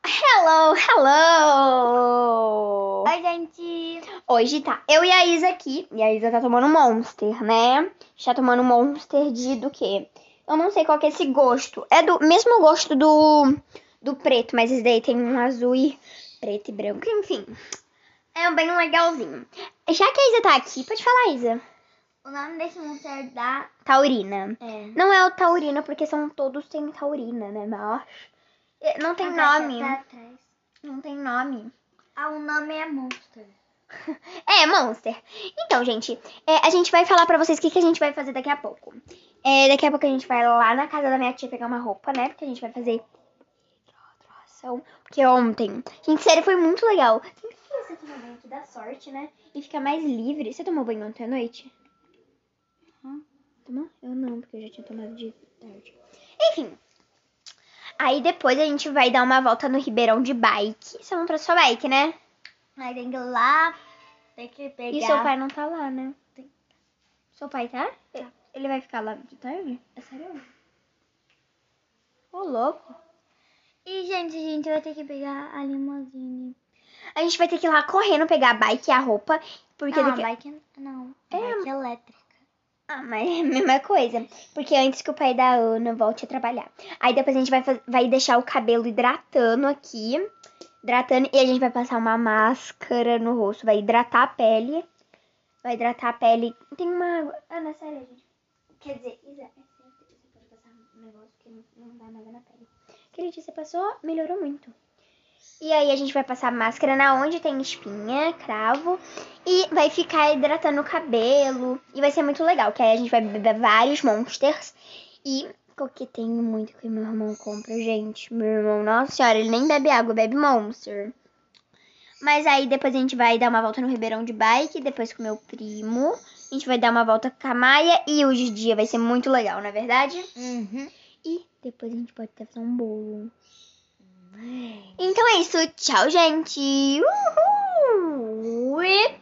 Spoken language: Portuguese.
Hello, hello! Oi, gente! Hoje tá eu e a Isa aqui. E a Isa tá tomando Monster, né? Está tomando Monster de do quê? Eu não sei qual que é esse gosto. É do mesmo gosto do, do preto, mas esse daí tem um azul e preto e branco. Enfim, é um bem legalzinho. Já que a Isa tá aqui, pode falar, Isa. O nome desse monstro é da. Taurina. É. Não é o Taurina, porque são todos têm Taurina, né? Mas é, não tem nome. Atrás. Não tem nome. Ah, o nome é Monster. É, Monster. Então, gente, é, a gente vai falar pra vocês o que, que a gente vai fazer daqui a pouco. É, daqui a pouco a gente vai lá na casa da minha tia pegar uma roupa, né? Porque a gente vai fazer. doação. Porque ontem. Gente, sério, foi muito legal. Tem que é você tomar banho que dá sorte, né? E fica mais livre. Você tomou banho ontem à noite? Hum. Tomou? Eu não, porque eu já tinha tomado de tarde. Enfim. Aí depois a gente vai dar uma volta no Ribeirão de bike. Você não trouxe sua bike, né? Aí tem que ir lá, tem que pegar. E seu pai não tá lá, né? Seu pai tá? Ele vai ficar lá de tarde? É sério? Ô, louco. E, gente, a gente vai ter que pegar a limousine. A gente vai ter que ir lá correndo pegar a bike e a roupa. Porque não, daqui... a bike não. A É. bike elétrica. Ah, mas é a mesma coisa. Porque antes que o pai da Ana volte a trabalhar. Aí depois a gente vai, faz- vai deixar o cabelo hidratando aqui. Hidratando. E a gente vai passar uma máscara no rosto. Vai hidratar a pele. Vai hidratar a pele. Tem uma água. Ana, sério, gente. Quer dizer, Isa, é certo. Você pode passar um negócio que não, não dá nada na pele. Aquele dia você passou, melhorou muito. E aí a gente vai passar máscara na onde tem espinha, cravo. E vai ficar hidratando o cabelo. E vai ser muito legal, que aí a gente vai beber vários monsters. E coquetenho muito que meu irmão compra, gente. Meu irmão, nossa senhora, ele nem bebe água, bebe monster. Mas aí depois a gente vai dar uma volta no Ribeirão de bike, depois com meu primo. A gente vai dar uma volta com a Maia e hoje em dia vai ser muito legal, não é verdade? Uhum. E depois a gente pode até fazer um bolo. Então é isso. Tchau, gente. Uhul! E